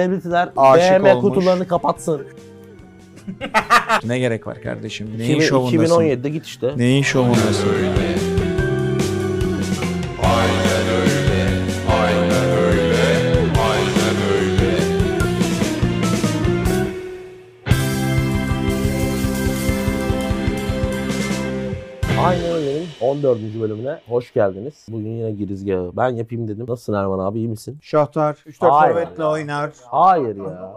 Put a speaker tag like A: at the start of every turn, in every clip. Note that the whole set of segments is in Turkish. A: Celebrity'ler
B: Aşık
A: BM
B: olmuş.
A: kutularını kapatsın.
B: Ne gerek var kardeşim? Neyin
A: 2000-
B: şovundasın?
A: 2017'de git işte.
B: Neyin şovundasın?
A: Aynen öyle'nin 14. bölümüne hoş geldiniz. Bugün yine girizgahı ben yapayım dedim. Nasılsın Erman abi iyi misin?
C: Şahtar 3-4
A: Hayır.
C: forvetle oynar.
A: Hayır ya.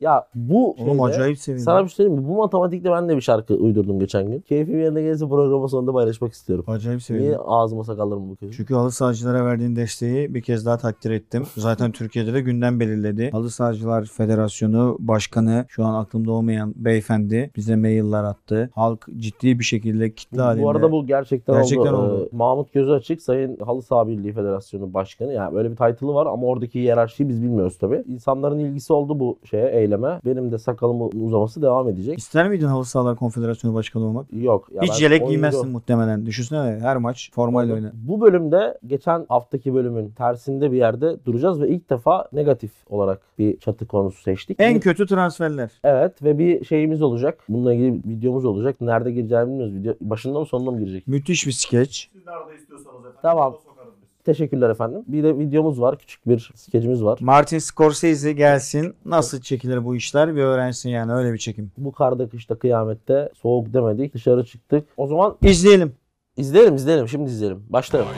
A: Ya bu
B: Oğlum
A: şeyde-
B: acayip sevindim.
A: Sana bir şey söyleyeyim mi? Bu matematikte ben de bir şarkı uydurdum geçen gün. Keyfim yerine gelirse programın sonunda paylaşmak istiyorum.
B: Acayip sevindim.
A: şey Niye ağzıma sakallarımı bakıyorsun?
B: Çünkü halı sahacılara verdiğin desteği bir kez daha takdir ettim. Zaten Türkiye'de de gündem belirledi. Halı Sahacılar Federasyonu Başkanı şu an aklımda olmayan beyefendi bize mailler attı. Halk ciddi bir şekilde kitle
A: Bu,
B: halinde.
A: bu arada bu gerçekten,
B: Gerçekten
A: oldu.
B: oldu.
A: Ee, Mahmut Gözü Açık Sayın Halı Saha Birliği Federasyonu Başkanı. Yani böyle bir title'ı var ama oradaki hiyerarşiyi biz bilmiyoruz tabii. İnsanların ilgisi oldu bu şeye, eyleme. Benim de sakalımın uzaması devam edecek.
B: İster miydin Halı Sahalar Konfederasyonu Başkanı olmak?
A: Yok. ya ben
B: Hiç yelek
A: 17
B: giymezsin muhtemelen. Düşünsene her maç formayla oynar.
A: Bu bölümde geçen haftaki bölümün tersinde bir yerde duracağız ve ilk defa negatif olarak bir çatı konusu seçtik.
B: En kötü transferler.
A: Evet ve bir şeyimiz olacak. Bununla ilgili bir videomuz olacak. Nerede gireceğini bilmiyoruz. Video başında mı sonunda mı girecek?
B: Müthiş bir skeç.
C: Siz nerede istiyorsanız efendim.
A: Tamam.
C: orada sokarız biz.
A: Teşekkürler efendim. Bir de videomuz var. Küçük bir skecimiz var.
B: Martin Scorsese gelsin. Nasıl çekilir bu işler bir öğrensin yani öyle bir çekim.
A: Bu karda kışta kıyamette soğuk demedik. Dışarı çıktık. O zaman
B: İzleyelim.
A: izleyelim izleyelim. Şimdi izleyelim. Başlayalım.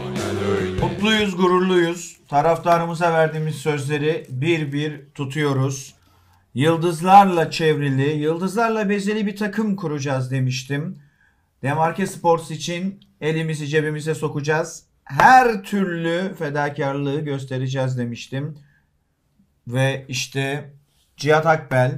C: Mutluyuz, gururluyuz. Taraftarımıza verdiğimiz sözleri bir bir tutuyoruz. Yıldızlarla çevrili, yıldızlarla bezeli bir takım kuracağız demiştim. Demarke Sports için elimizi cebimize sokacağız. Her türlü fedakarlığı göstereceğiz demiştim. Ve işte Cihat Akbel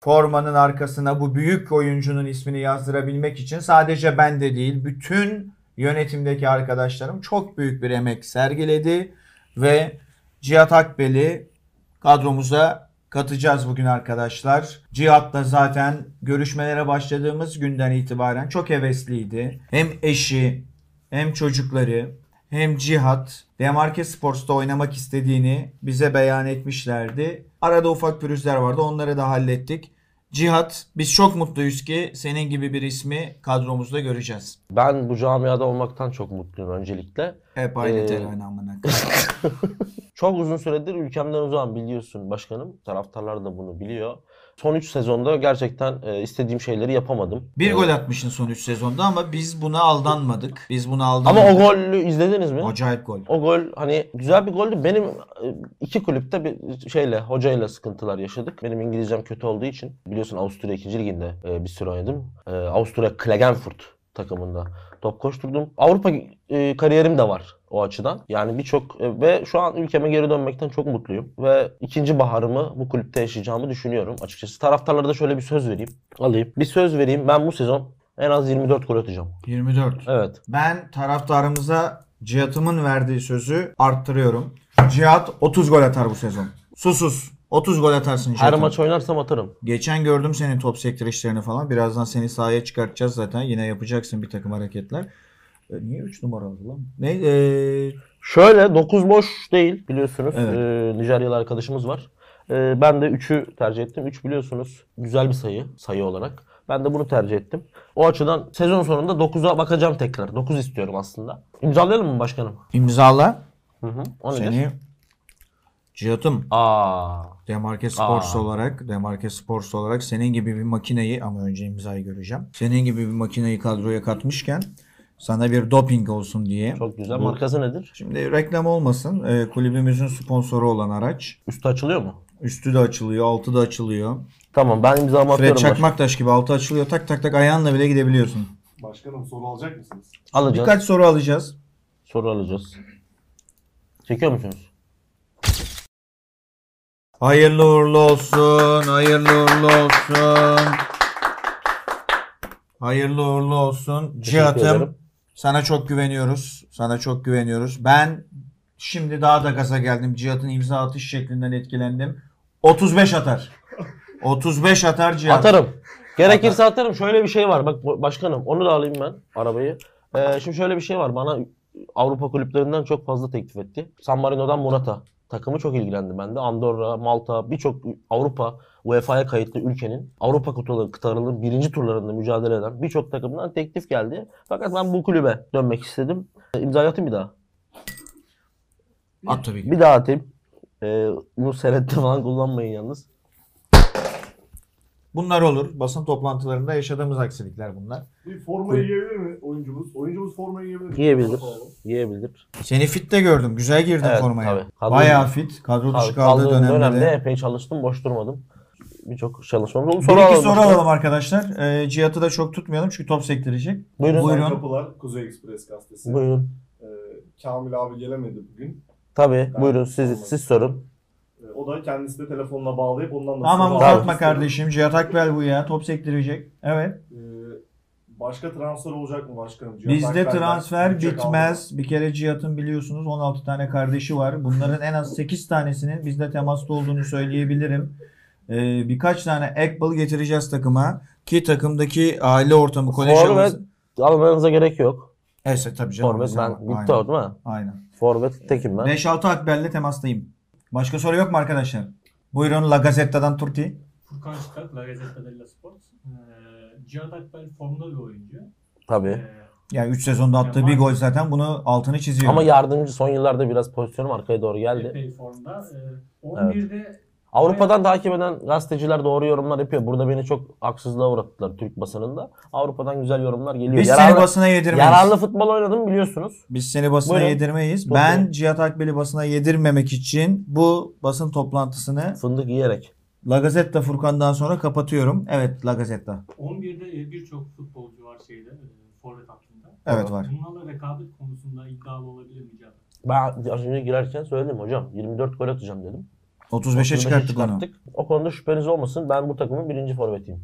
C: formanın arkasına bu büyük oyuncunun ismini yazdırabilmek için sadece ben de değil bütün yönetimdeki arkadaşlarım çok büyük bir emek sergiledi ve Cihat Akbel'i kadromuza katacağız bugün arkadaşlar. Cihat'la zaten görüşmelere başladığımız günden itibaren çok hevesliydi. Hem eşi hem çocukları hem Cihat Demarke Sports'ta oynamak istediğini bize beyan etmişlerdi. Arada ufak pürüzler vardı onları da hallettik. Cihat biz çok mutluyuz ki senin gibi bir ismi kadromuzda göreceğiz.
A: Ben bu camiada olmaktan çok mutluyum öncelikle.
C: Hep aynı
A: Ee,
C: terane amına.
A: Çok uzun süredir ülkemden uzağım biliyorsun başkanım. Taraftarlar da bunu biliyor. Son 3 sezonda gerçekten e, istediğim şeyleri yapamadım.
C: Bir
A: E,
C: gol atmışsın son 3 sezonda ama biz buna aldanmadık. Biz buna
A: Ama
C: aldanmadık.
A: o golü izlediniz mi?
C: Acayip gol.
A: O gol hani güzel bir goldü. Benim e, iki kulüpte bir şeyle hocayla sıkıntılar yaşadık. Benim İngilizcem kötü olduğu için biliyorsun Avusturya 2. liginde e, bir süre oynadım. E, Avusturya Klagenfurt takımında top koşturdum. Avrupa e, kariyerim de var o açıdan. Yani birçok e, ve şu an ülkeme geri dönmekten çok mutluyum ve ikinci baharımı bu kulüpte yaşayacağımı düşünüyorum açıkçası. Taraftarlara da şöyle bir söz vereyim. Alayım. Bir söz vereyim. Ben bu sezon en az 24 gol atacağım.
C: 24.
A: Evet.
C: Ben taraftarımıza Cihat'ımın verdiği sözü arttırıyorum. Cihat 30 gol atar bu sezon. Susuz. 30 gol atarsın
A: Her
C: Cihat'ım.
A: maç oynarsam atarım.
C: Geçen gördüm senin top sektirişlerini falan. Birazdan seni sahaya çıkartacağız zaten. Yine yapacaksın bir takım hareketler. E, Niye 3 numaralı lan? Ne? E,
A: Şöyle 9 boş değil biliyorsunuz.
C: Evet.
A: Ee, Nijeryalı arkadaşımız var. Ee, ben de 3'ü tercih ettim. 3 biliyorsunuz güzel bir sayı sayı olarak. Ben de bunu tercih ettim. O açıdan sezon sonunda 9'a bakacağım tekrar. 9 istiyorum aslında. İmzalayalım mı başkanım?
C: imzala.
A: Hı hı. O nedir?
C: Seni Cihat'ım
A: Aa.
C: Demarke Sports
A: Aa.
C: olarak, Demarke Sports olarak senin gibi bir makineyi ama önce imzayı göreceğim. Senin gibi bir makineyi kadroya katmışken sana bir doping olsun diye.
A: Çok güzel.
C: Bu-
A: Markası nedir?
C: Şimdi reklam olmasın. e, kulübümüzün sponsoru olan araç.
A: Üstü açılıyor mu?
C: Üstü de açılıyor, altı da açılıyor.
A: Tamam ben imzamı
C: Fred
A: atıyorum. başkanım.
C: Çakmaktaş gibi altı açılıyor. Tak tak tak ayağınla bile gidebiliyorsun.
D: Başkanım soru alacak mısınız?
A: Alacağız.
C: Birkaç soru alacağız.
A: Soru alacağız. Çekiyor musunuz?
C: Hayırlı uğurlu olsun. Hayırlı uğurlu olsun. Hayırlı uğurlu olsun.
A: ederim.
C: Cihat'ım sana çok güveniyoruz. Sana çok güveniyoruz. Ben şimdi daha da gaza geldim. Cihat'ın imza atış şeklinden etkilendim. 35 atar. 35 atar Cihat.
A: Atarım. Gerekirse atarım. Şöyle bir şey var. Bak bu- başkanım onu da alayım ben arabayı. Ee, şimdi şöyle bir şey var. Bana Avrupa kulüplerinden çok fazla teklif etti. San Marino'dan Morata takımı çok ilgilendi bende. Andorra, Malta birçok Avrupa UEFA'ya kayıtlı ülkenin Avrupa kıtaları, kıtalarının birinci turlarında mücadele eden birçok takımdan teklif geldi. Fakat ben bu kulübe dönmek istedim. E, İmzayı atayım bir daha.
E: At tabii ki.
A: Bir daha atayım. E, bunu senette falan kullanmayın yalnız.
C: Bunlar olur. Basın toplantılarında yaşadığımız aksilikler bunlar.
D: Bir formayı yiyebilir mi oyuncumuz? Oyuncumuz formayı yiyebilir mi?
A: Yiyebilir.
D: Alalım.
A: Yiyebilir.
C: Seni fit de gördüm. Güzel girdin
A: Evet,
C: formaya.
A: tabii. Kadro-
C: Bayağı fit. Kadro
A: Abi,
C: dışı kaldığı
A: kaldığım
C: dönemde.
A: dönemde,
C: de.
A: epey çalıştım. Boş durmadım. Birçok çalışmam oldu.
C: Bir iki
A: alalım.
C: soru alalım arkadaşlar. Ee, Cihat'ı da çok tutmayalım çünkü top sektirecek.
A: Buyurun.
C: Buyurun.
D: Kapılar, Kuzey Ekspres gazetesi.
A: Buyurun.
D: Ee, Kamil abi gelemedi bugün.
A: Tabii.
D: Ben-
A: buyurun siz siz sorun.
D: Ee, o da kendisi de telefonla bağlayıp ondan nasıl...
C: Aman
D: bağlamak
C: uzatma
D: istedim.
C: kardeşim. Cihat Akbel bu ya. Top sektirecek. Evet.
D: Ee, başka transfer olacak mı başkanım? Cihat
C: Bizde
D: Akbel'den
C: transfer
D: bütçe
C: bitmez. Bir kere Cihat'ın biliyorsunuz 16 tane kardeşi var. Bunların en az 8 tanesinin bizde temasta olduğunu söyleyebilirim. Ee, birkaç tane Ekbal getireceğiz takıma. Ki takımdaki aile ortamı, kolej
A: Forvet
C: havası...
A: almanıza gerek yok.
C: Evet tabii canım.
A: Forvet
C: bizim var.
A: ben bitti
C: Aynen.
A: oldu mu?
C: Aynen.
A: Forvet tekim ben.
C: 5-6 Akbel'le temastayım. Başka soru yok mu arkadaşlar? Buyurun La Gazetta'dan Turti.
F: Furkan Şıkak, La Gazzetta dello Sport. Ee, Cihat Akbel formda bir oyuncu.
A: Tabii.
F: Ee,
C: Yani 3 sezonda attığı
F: Yaman.
C: bir gol zaten bunu altını çiziyor.
A: Ama yardımcı son yıllarda biraz pozisyonum arkaya doğru geldi.
F: epey formda. Ee, 11'de
A: Avrupa'dan takip eden gazeteciler doğru yorumlar yapıyor. Burada beni çok haksızlığa uğrattılar Türk basınında. Avrupa'dan güzel yorumlar geliyor.
C: Biz
A: yararlı,
C: seni basına yedirmeyiz.
A: yararlı futbol oynadım biliyorsunuz.
C: Biz seni basına
A: Buyurun.
C: yedirmeyiz.
A: Buyurun.
C: Ben Cihat Akbel'i basına yedirmemek için bu basın toplantısını
A: Fındık yiyerek.
C: La Gazzetta Furkan'dan sonra kapatıyorum. Evet La Gazzetta.
F: 11'de e, birçok futbolcu var şeyde, e, forvet hattında.
C: Evet var.
F: Bunlarla rekabet konusunda iddialı olabilir mi Cihat?
A: Ben az önce girerken söyledim hocam 24 gol atacağım dedim.
C: 35'e
A: 35'e
C: çıkarttık onu.
A: O konuda şüpheniz olmasın. Ben bu takımın birinci forvetiyim.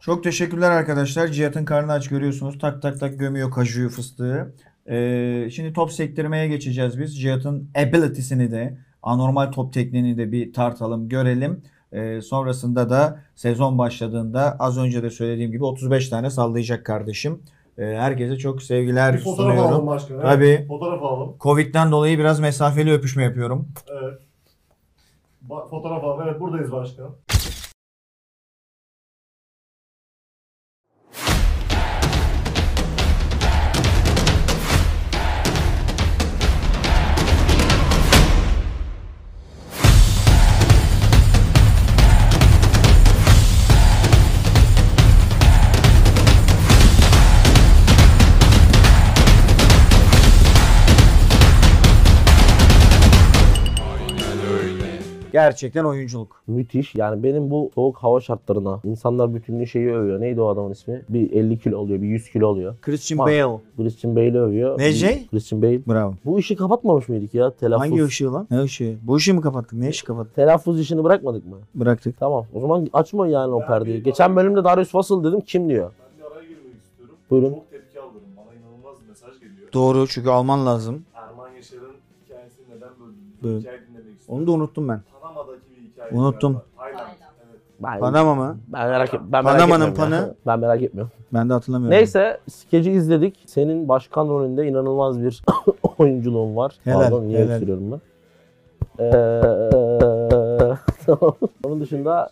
C: Çok teşekkürler arkadaşlar. Cihat'ın karnı aç görüyorsunuz. Tak tak tak gömüyor kajuyu fıstığı. Ee, şimdi top sektirmeye geçeceğiz biz. Cihat'ın ability'sini de anormal top tekniğini de bir tartalım görelim. Ee, sonrasında da sezon başladığında az önce de söylediğim gibi 35 tane sallayacak kardeşim. Ee, herkese çok sevgiler
D: Bir fotoğraf alalım
C: sunuyorum.
D: başkanım. Evet,
C: Tabii.
D: Fotoğraf alalım.
C: Covid'den dolayı biraz mesafeli öpüşme yapıyorum.
D: Evet. Ba- fotoğraf alalım. Evet buradayız başkanım.
C: Gerçekten oyunculuk.
A: Müthiş. Yani benim bu soğuk hava şartlarına insanlar bütün gün şeyi övüyor. Neydi o adamın ismi? Bir 50 kilo oluyor, bir 100 kilo oluyor.
C: Christian
A: Bak.
C: Bale.
A: Christian Bale'i övüyor.
C: Ne
A: Bir-
C: şey?
A: Christian Bale.
C: Bravo.
A: Bu işi kapatmamış mıydık ya? Telaffuz.
C: Hangi ışığı lan? Ne ışığı? Bu ışığı mı kapattık? Ne ışığı kapattık?
A: Telaffuz işini bırakmadık mı?
C: Bıraktık.
A: Tamam. O zaman açma yani o
D: Ben
A: perdeyi.
D: bir-
A: Geçen bölümde Darius Vassal dedim. Kim diyor?
D: Ben bir araya girmek istiyorum.
A: Buyurun.
D: Çok tepki aldım. Bana inanılmaz bir mesaj geliyor.
C: Doğru çünkü alman lazım.
D: Erman Yaşar'ın hikayesini neden böldünüz?
C: Böl-
D: Bu Hikayeyi dinlemek istiyorum.
C: Onu da unuttum ben.
D: Panama'daki bir hikaye.
C: Unuttum.
D: var. Tayland. Evet.
A: Ben,
C: Panama mı?
A: ben merak, ben merak
C: Panama'nın
A: etmiyorum ya.
C: panı-
A: Ben merak etmiyorum.
C: Ben de hatırlamıyorum.
A: Neyse skeci izledik. Senin başkan rolünde inanılmaz bir oyunculuğun var.
C: Helal,
A: Pardon niye
C: helal.
A: öksürüyorum ben? Ee, tamam. Onun dışında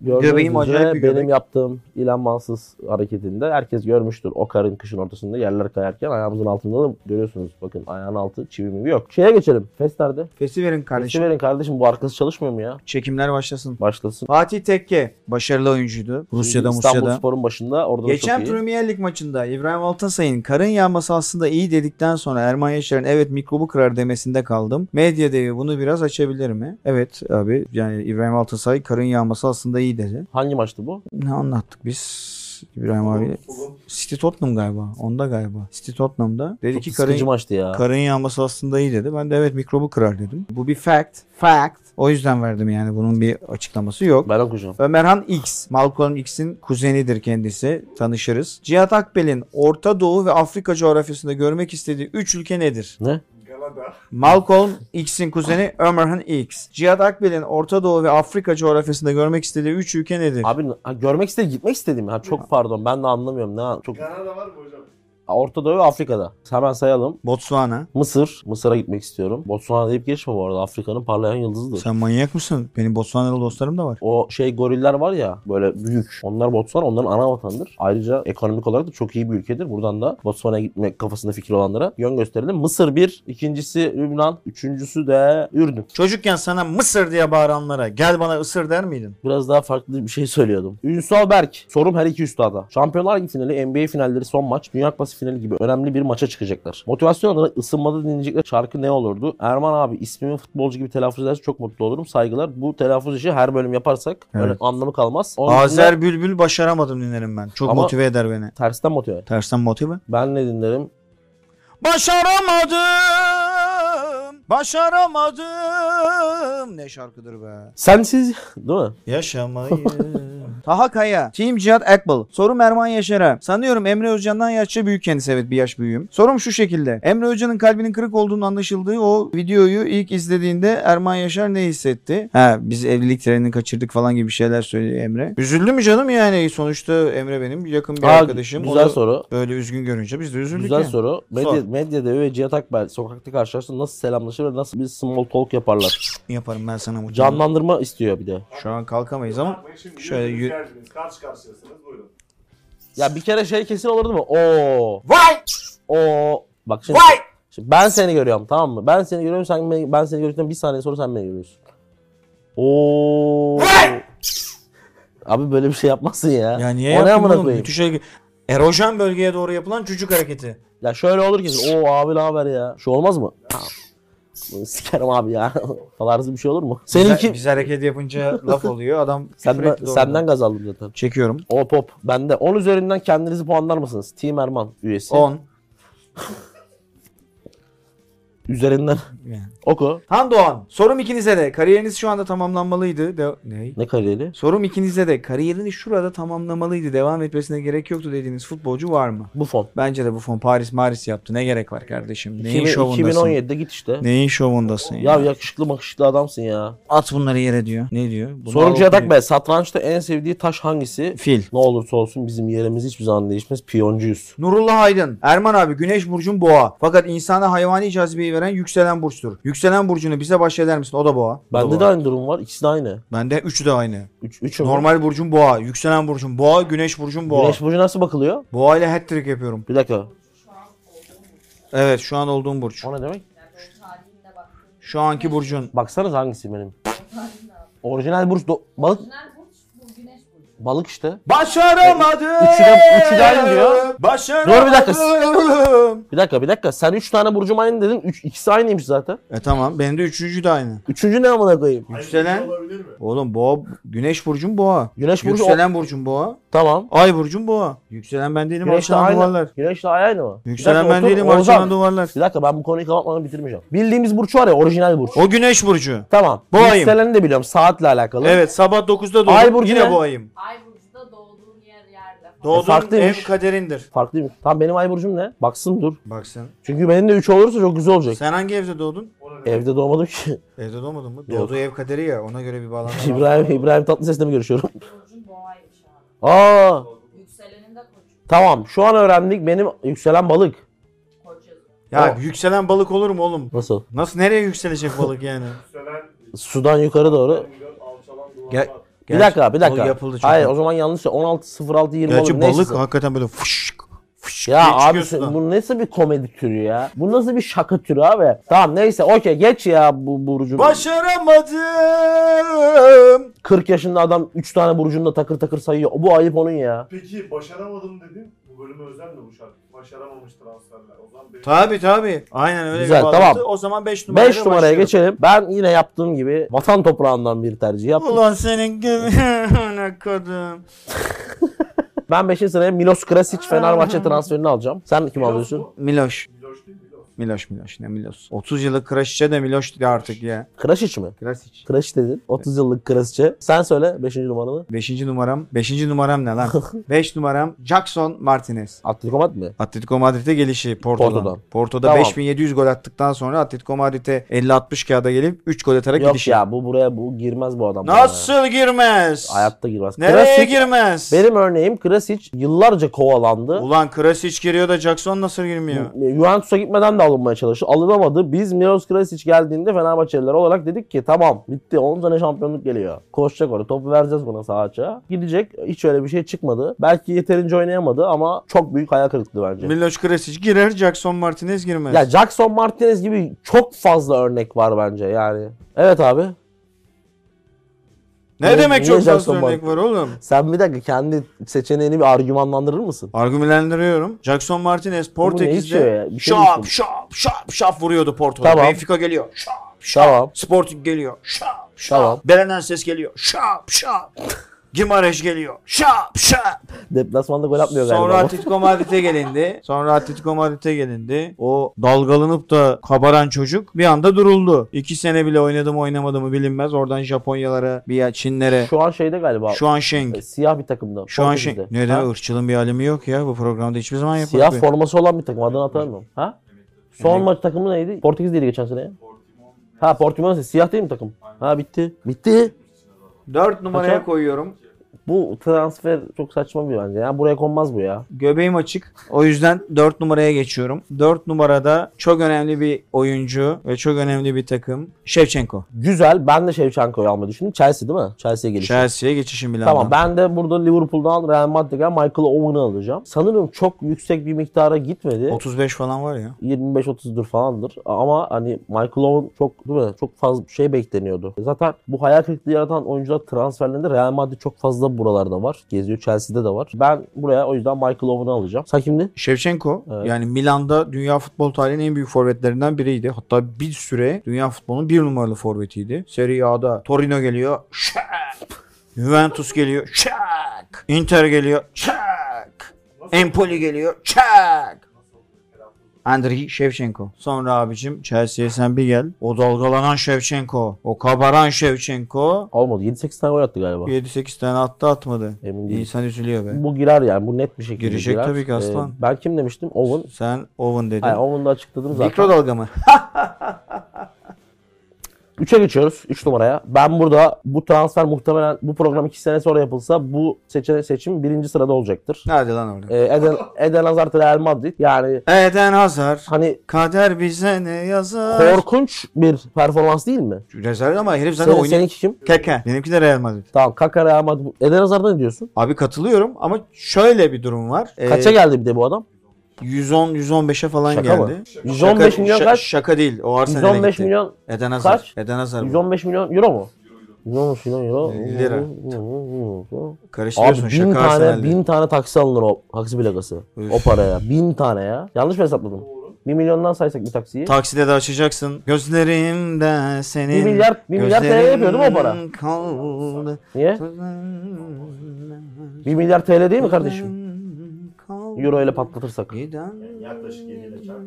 A: gördüğünüz
C: Göbeğim acayip
A: üzere
C: bir
A: benim
C: göbek.
A: yaptığım İlan Mansız hareketinde herkes görmüştür. O karın kışın ortasında yerler kayarken ayağımızın altında da görüyorsunuz. Bakın ayağın altı çivi mi yok. Şeye geçelim. Fes nerede?
C: Fesi verin
A: Kardeşim.
C: kardeşim.
A: verin kardeşim bu arkası çalışmıyor mu ya?
C: Çekimler başlasın.
A: Başlasın.
C: Fatih Tekke başarılı oyuncuydu. Rusya'da,
A: İstanbul
C: Musya'da.
A: Spor'un başında orada da
C: Geçen
A: çok iyi.
C: Premier Lig maçında İbrahim Altasay'ın karın yağması aslında iyi dedikten sonra Erman Yaşar'ın evet mikrobu kırar demesinde kaldım. Medya devi bunu biraz açabilir mi? Evet abi yani İbrahim Altasay karın yağması aslında iyi dedi.
A: Hangi maçtı bu?
C: Ne anlattık biz İbrahim abi?
D: Fulham.
C: City Tottenham galiba. Onda galiba. City Tottenham'da. Dedi
A: Çok
C: ki
A: sıkıcı
C: karın,
A: maçtı ya.
C: Karın yağması aslında iyi dedi. Ben de evet mikrobu kırar dedim. Bu bir fact. Fact. O yüzden verdim yani. Bunun bir açıklaması yok.
A: Ben okuyacağım.
C: Ömerhan X. Malcolm X'in kuzenidir kendisi. Tanışırız. Cihat Akbel'in Orta Doğu ve Afrika coğrafyasında görmek istediği 3 ülke nedir?
D: Galada.
C: Malcolm X'in kuzeni Ömerhan X. Cihat Akbel'in Orta Doğu ve Afrika coğrafyasında görmek istediği 3 ülke nedir?
A: Abi ha, görmek istedi, gitmek istedim. Ha çok pardon. Ben de anlamıyorum. Ne çok
D: Galada var mı hocam?
G: Orta Doğu ve Afrika'da. Hemen sayalım.
C: Botswana.
G: Mısır. Mısır'a gitmek istiyorum. Botswana deyip geçme bu arada. Afrika'nın parlayan yıldızıdır.
C: Sen manyak mısın? Benim Botswanalı dostlarım da var.
G: O şey goriller var ya böyle büyük. Onlar Botswana onların ana vatanıdır. Ayrıca ekonomik olarak da çok iyi bir ülkedir. Buradan da Botswana'ya gitmek kafasında fikir olanlara yön gösterelim. Mısır bir, ikincisi Lübnan, üçüncüsü de Ürdün.
C: Çocukken sana Mısır diye bağıranlara gel bana ısır der miydin?
G: Biraz daha farklı bir şey söylüyordum. Ünsal Berk. Sorum her iki üstada. Şampiyonlar Ligi finali, NBA finalleri son maç, Dünya Kupası finali gibi önemli bir maça çıkacaklar. Motivasyon olarak ısınmada dinleyecekler şarkı ne olurdu? Erman abi ismimi futbolcu gibi telaffuz ederse çok mutlu olurum. Saygılar. Bu telaffuz işi her bölüm yaparsak
C: Evet.
G: öyle anlamı kalmaz. Onun dışında
C: Azer Bülbül başaramadım dinlerim ben. Çok
G: Ama-
C: motive eder beni.
G: tersten motive.
C: Tersten motive.
G: Ben ne dinlerim?
C: Başaramadım. Başaramadım. Ne şarkıdır be.
G: Sensiz değil mi?
C: Yaşamayı. Taha Kaya. Team Cihat Akbal. Sorum Erman Yaşar'a. Sanıyorum Emre Özcan'dan yaşça büyük kendisi. Evet bir yaş büyüğüm. Sorum şu şekilde. Emre Özcan'ın kalbinin kırık olduğunu anlaşıldığı o videoyu ilk izlediğinde Erman Yaşar ne hissetti? Ha biz evlilik trenini kaçırdık falan gibi şeyler söylüyor Emre. Üzüldü mü canım yani? Sonuçta Emre benim yakın bir
G: Aa,
C: arkadaşım.
G: Güzel
C: Onu
G: soru.
C: Böyle üzgün görünce biz de üzüldük
G: Güzel
C: ya.
G: soru. Medya,
C: Sor.
G: Medyada ve Cihat Akbel sokakta karşılaşsa nasıl selamlaşır ve nasıl bir small talk yaparlar?
C: Yaparım ben sana mutluluğu.
G: Canlandırma istiyor bir de.
C: Şu an kalkamayız ama
D: Şimdi
C: şöyle
D: şöyle
C: yü-
D: Karşı karşıyasınız buyurun.
G: Ya bir kere şey kesin olurdu mu? Oo.
C: Vay!
G: Oo. Bak şimdi,
C: Vay!
G: şimdi ben seni görüyorum tamam mı? Ben seni görüyorum sen beni- ben seni gördükten bir saniye sonra sen beni görüyorsun. Oo.
C: Vay!
G: Abi böyle bir şey yapmazsın ya.
C: Ya niye
G: O ne amına
C: yaptın oğlum?
G: koyayım?
C: Müthiş hareket. Erojen bölgeye doğru yapılan çocuk hareketi.
G: Ya şöyle olur kesin. Oo abi ne haber ya? Şu olmaz mı? Sikerim abi ya. Tarzı bir şey olur mu?
C: Biz-
G: Seninki
C: Biz hareket yapınca laf oluyor. Adam
G: senden,
C: küfür etti doğrudan.
G: senden gaz aldım zaten.
C: çekiyorum.
G: Hop hop. Bende. 10 üzerinden kendinizi puanlar mısınız? Team Erman üyesi.
C: 10.
G: Üzerinden.
C: Yani.
G: Oku.
C: Han Doğan. Sorum ikinize de. Kariyeriniz şu anda tamamlanmalıydı. De- ne?
G: Ne kariyeri?
C: Sorum ikinize de. Kariyerini şurada tamamlamalıydı. Devam etmesine gerek yoktu dediğiniz futbolcu var mı?
G: Bu fon.
C: Bence de bu fon Paris Maris yaptı. Ne gerek var kardeşim? Neyin
G: 2000-
C: şovundasın?
G: 2017'de git işte.
C: Neyin şovundasın ya?
G: Ya yakışıklı makışıklı adamsın ya.
C: At bunları yere diyor. Ne diyor? Bunlar
G: Sorumcu Yadak
C: okunuyor.
G: Bey, satrançta en sevdiği taş hangisi?
C: Fil.
G: Ne olursa olsun bizim yerimiz hiçbir zaman değişmez. Piyoncuyuz.
C: Nurullah Aydın. Erman abi Güneş burcun boğa. Fakat insana hayvani cazibeyi veren yükselen burçtur. Yükselen burcunu bize bahşeder misin? O da boğa. O da
G: Bende
C: boğa.
G: de aynı durum var. İkisi de aynı.
C: Bende üçü de aynı.
G: Üç, üçü mü?
C: Normal burcun boğa, yükselen burcun boğa, güneş burcun boğa.
G: Güneş burcu nasıl bakılıyor?
C: Boğa ile hat-trick yapıyorum.
G: Bir dakika.
C: Evet şu an olduğum burç.
G: O ne demek?
C: Şu anki burcun.
G: Baksanız hangisi benim? Orijinal burç do- balık
H: Bunlar burç, bu güneş burcu.
G: balık işte.
C: Başaramadım.
G: Üçü de- üçü de aynı diyor.
C: Başaramadım.
G: Dur bir Bir dakika bir dakika. Sen üç tane burcum aynı dedin. Üç, ikisi aynıymış zaten.
C: E tamam benim de üçüncü de aynı.
G: Üçüncü ne amına koyayım?
C: Yükselen-
D: Aynı olabilir mi?
C: Oğlum boğa, güneş burcun boğa.
G: Güneş burcu o-
C: Yükselen burcun boğa.
G: Tamam.
C: Ay burcun boğa. Yükselen ben değilim
G: Güneşle
C: alçalan duvarlar.
G: aynı. Güneşle aynı mı? Bir
C: Yükselen
G: dakika,
C: ben
G: otur.
C: değilim
G: Oğuzhan,
C: alçalan duvarlar.
G: Bir dakika ben bu konuyu kapatmadan bitirmeyeceğim. Bildiğimiz burç var ya orijinal burç.
C: O güneş burcu.
G: Tamam.
C: Boğayım.
G: Yükseleni de biliyorum saatle alakalı.
C: Evet sabah 9'da doğdum.
G: Ay burcu
C: Yine
G: ne? E,
C: boğayım.
H: Ay burcunda doğduğun yer yerde. falan.
C: Doğduğun
G: farklıymış.
C: ev kaderindir.
G: Farklıymış. Tam benim ay burcum ne? Baksın dur.
C: Bak sen.
G: Çünkü benim de 3 olursa çok güzel olacak.
C: Sen hangi evde doğdun?
D: Ona ne?
G: Evde doğmadım ki.
C: Evde doğmadın mı?
G: Yok.
C: Doğduğu ev kaderi ya ona göre bir bağlantı var.
G: İbrahim İbrahim Tatlıses'le mi görüşüyorum?
H: Burcun boğaymış abi.
G: Aa
H: Yükselenin de koç.
G: tamam. Şu an öğrendik. Benim yükselen balık.
H: Koç yazıyor.
C: ya
G: O.
C: yükselen balık olur mu oğlum?
G: Nasıl?
C: Nasıl nereye yükselecek balık yani?
D: Yükselen,
G: Sudan yukarı doğru.
D: dengel, alçalan
C: Gel-
D: duvarlar.
G: bir dakika, bir
C: Gerçi
G: dakika.
C: balık yapıldı çünkü.
G: Hayır, o zaman yanlış. 16 06 20
C: Gerçi
G: olur.
C: balık
G: Neyse.
C: hakikaten böyle fışk fışk
G: Ya
C: diye
G: abi
C: çıkıyorsun
G: sen-
C: lan.
G: bu nasıl bir komedi türü ya? Bu nasıl bir şaka türü abi? Tamam neyse okey geç ya bu burcu.
C: Başaramadım.
G: 40 yaşında adam 3 tane burcunu da takır takır sayıyor. Bu ayıp onun ya.
D: Peki başaramadım dedin. Bu bölüme özel mi bu şarkı? Başaramamış transferler. O zaman benim
C: Tabi tabi. Aynen öyle
G: Güzel,
C: bir bağlantı.
G: tamam.
C: O zaman 5 numaraya
G: 5 numaraya
C: başlıyorum.
G: geçelim. Ben yine yaptığım gibi vatan toprağından bir tercih yaptım.
C: Ulan senin gibi kadın.
G: Ben 5. sıraya Milos Krasic Fenerbahçe transferini alacağım. Sen kim alıyorsun?
D: bu.
C: Miloş.
D: Miloş değil Miloş.
C: Miloš Miloš ne Milos. 30 yıllık Kraşiç'e de Miloš diyor artık ya.
G: Krasiç mi?
C: Krasiç.
G: Krasiç dedin. 30 yıllık Krasiç'e. Sen söyle 5. numaranı.
C: Beşinci numaram. Beşinci numaram ne lan? Beş numaram Jackson Martinez.
G: Atletico Madrid mi?
C: Atletico Madrid'e gelişi Porto'dan.
G: Porto'dan.
C: Porto'da
G: Tamam.
C: 5700 gol attıktan sonra Atletico Madrid'e 50-60 kağıda gelip 3 gol atarak
G: Yok
C: gidişi.
G: ya bu buraya bu girmez bu adam. buraya.
C: Nasıl girmez?
G: Hayatta girmez.
C: Nereye
G: Krasic-
C: girmez?
G: Benim örneğim Krasic yıllarca kovalandı.
C: Ulan Krasic giriyor da Jackson nasıl girmiyor?
G: Ju- Juventus'a gitmeden de alınmaya çalıştı. Alınamadı. Biz Miros Krasic geldiğinde Fenerbahçeliler olarak dedik ki tamam bitti 10 tane şampiyonluk geliyor. Koşacak orada topu vereceğiz buna sağa açığa. Gidecek hiç öyle bir şey çıkmadı. Belki yeterince oynayamadı ama çok büyük hayal kırıklığı bence.
C: Miloš Krasic girer, Jackson Martinez girmez.
G: Ya Jackson Martinez gibi çok fazla örnek var bence yani. Evet abi.
C: ne
G: Niye-
C: demek
G: niye
C: çok fazla
G: Jackson
C: örnek var oğlum?
G: Sen bir dakika kendi seçeneğini bir argümanlandırır mısın?
C: Argümanlandırıyorum. Jackson Martinez
G: içiyor ya?
C: Portekiz'de
G: Bir şey mi
C: şap
G: içiyor?
C: şap şap şap vuruyordu Porto'da.
G: Tamam.
C: Benfica geliyor. Şap şap.
G: Tamam.
C: Sporting geliyor. Şap şap.
G: Tamam.
C: Belenenses geliyor. Şap şap. Gimareş geliyor. Şap şap.
G: Deplasmanda gol atmıyor
C: Sonra
G: galiba.
C: Atletico Madrid'e gelindi. Sonra Atletico Madrid'e gelindi. O dalgalanıp da kabaran çocuk bir anda duruldu. İki sene bile oynadı mı oynamadı mı bilinmez. Oradan Japonyalara, bir ya Çinlere.
G: Şu an şeyde galiba.
C: Şu an Şeng.
G: E, siyah bir takımda.
C: Şu an Şeng.
G: Portekiz'de.
C: Neden
G: Ha?
C: ırkçılığın bir alemi yok ya. Bu programda hiçbir zaman
G: Siyah
C: yapmadık. bir-
G: forması olan bir takım adını hatırlamıyorum. Ha? Son maç takımı neydi? Portekiz değildi geçen sene. ya. Ha Portimao siyah değil mi takım? Ha bitti. Bitti.
C: Dört numaraya
G: Kaça?
C: koyuyorum.
G: Bu transfer çok saçma bir bence. Ya buraya konmaz bu ya.
C: Göbeğim açık. O yüzden 4 numaraya geçiyorum. 4 numarada çok önemli bir oyuncu ve çok önemli bir takım. Shevchenko.
G: Güzel. Ben de Şevçenko'yu almayı düşündüm. Chelsea değil mi? Chelsea'ye gelişim.
C: Chelsea'ye geçişim bile
G: Tamam ben de burada Liverpool'dan Real Madrid'den Michael Owen'ı alacağım. Sanırım çok yüksek bir miktara gitmedi.
C: 35 falan var ya.
G: 25-30'dur falandır. Ama hani Michael Owen çok değil mi? Çok fazla şey bekleniyordu. Zaten bu hayal kırıklığı yaratan oyuncular transferlerinde Real Madrid çok fazla buralarda var. Geziyor Chelsea'de de var. Ben buraya o yüzden Michael Owen'ı alacağım. Sen kimdi?
C: Shevchenko
G: Evet.
C: yani Milan'da dünya futbol tarihinin en büyük forvetlerinden biriydi. Hatta bir süre dünya futbolunun bir numaralı forvetiydi. Serie A'da Torino geliyor. Şak. Juventus geliyor. Şak. Inter geliyor. Şak. Empoli geliyor. Çak. Andriy Shevchenko. Sonra abicim Chelsea'ye sen bir gel. O dalgalanan Shevchenko. O kabaran Shevchenko.
G: Olmadı. 7-8 tane gol attı galiba.
C: 7-8 tane attı atmadı.
G: Emin değilim.
C: İnsan üzülüyor be.
G: Bu girer yani. Bu net bir şekilde
C: Girecek
G: girer.
C: tabii ki aslan.
G: Ee, ben kim demiştim? Owen.
C: Sen Owen dedin.
G: Hayır Owen'ı da açıkladım zaten.
C: Mikrodalga mı?
G: 3'e geçiyoruz. 3 numaraya. Ben burada bu transfer muhtemelen bu program 2 sene sonra yapılsa bu seçe seçim birinci sırada olacaktır.
C: Hadi lan orada.
G: Ee, Eden, Eden Hazard Real Madrid. Yani
C: Eden Hazar.
G: hani
C: Kader bize ne yazar?
G: korkunç bir performans değil mi?
C: Rezalet ama herif zaten
G: Senin,
C: oynuyor.
G: seninki kim?
C: Keke. Benimki de Real Madrid.
G: Tamam Kaka Real Madrid. Eden Hazard'a ne diyorsun?
C: Abi katılıyorum ama şöyle bir durum var. Ee,
G: Kaça geldi bir de bu adam?
C: 110 115'e falan
G: Şaka
C: geldi.
G: mı? 115
C: Şaka-
G: milyon
C: şa-
G: kaç?
C: Şaka değil. O Arsenal'e
G: 115
C: gitti.
G: milyon
C: Eden Hazar.
G: Kaç?
C: Eden Hazar. bu.
G: 115 milyon euro mu? Euro mu? Euro, euro.
C: Lira.
G: Abi
C: Karıştırıyorsun
G: bin
C: şaka
G: tane,
C: Arsenal'de.
G: bin tane taksi alınır o taksi plakası.
C: Üf.
G: O paraya. Bin tane ya. Yanlış mı hesapladım? Bir milyondan saysak bir taksiyi.
C: Takside de açacaksın. Gözlerimde senin.
G: Bir milyar- bir milyar TL yapıyor değil mi o para?
C: gözlerin Kaldı.
G: Niye? 1 milyar TL değil mi kardeşim? Euro ile patlatırsak.
D: yaklaşık yedi ile çarp.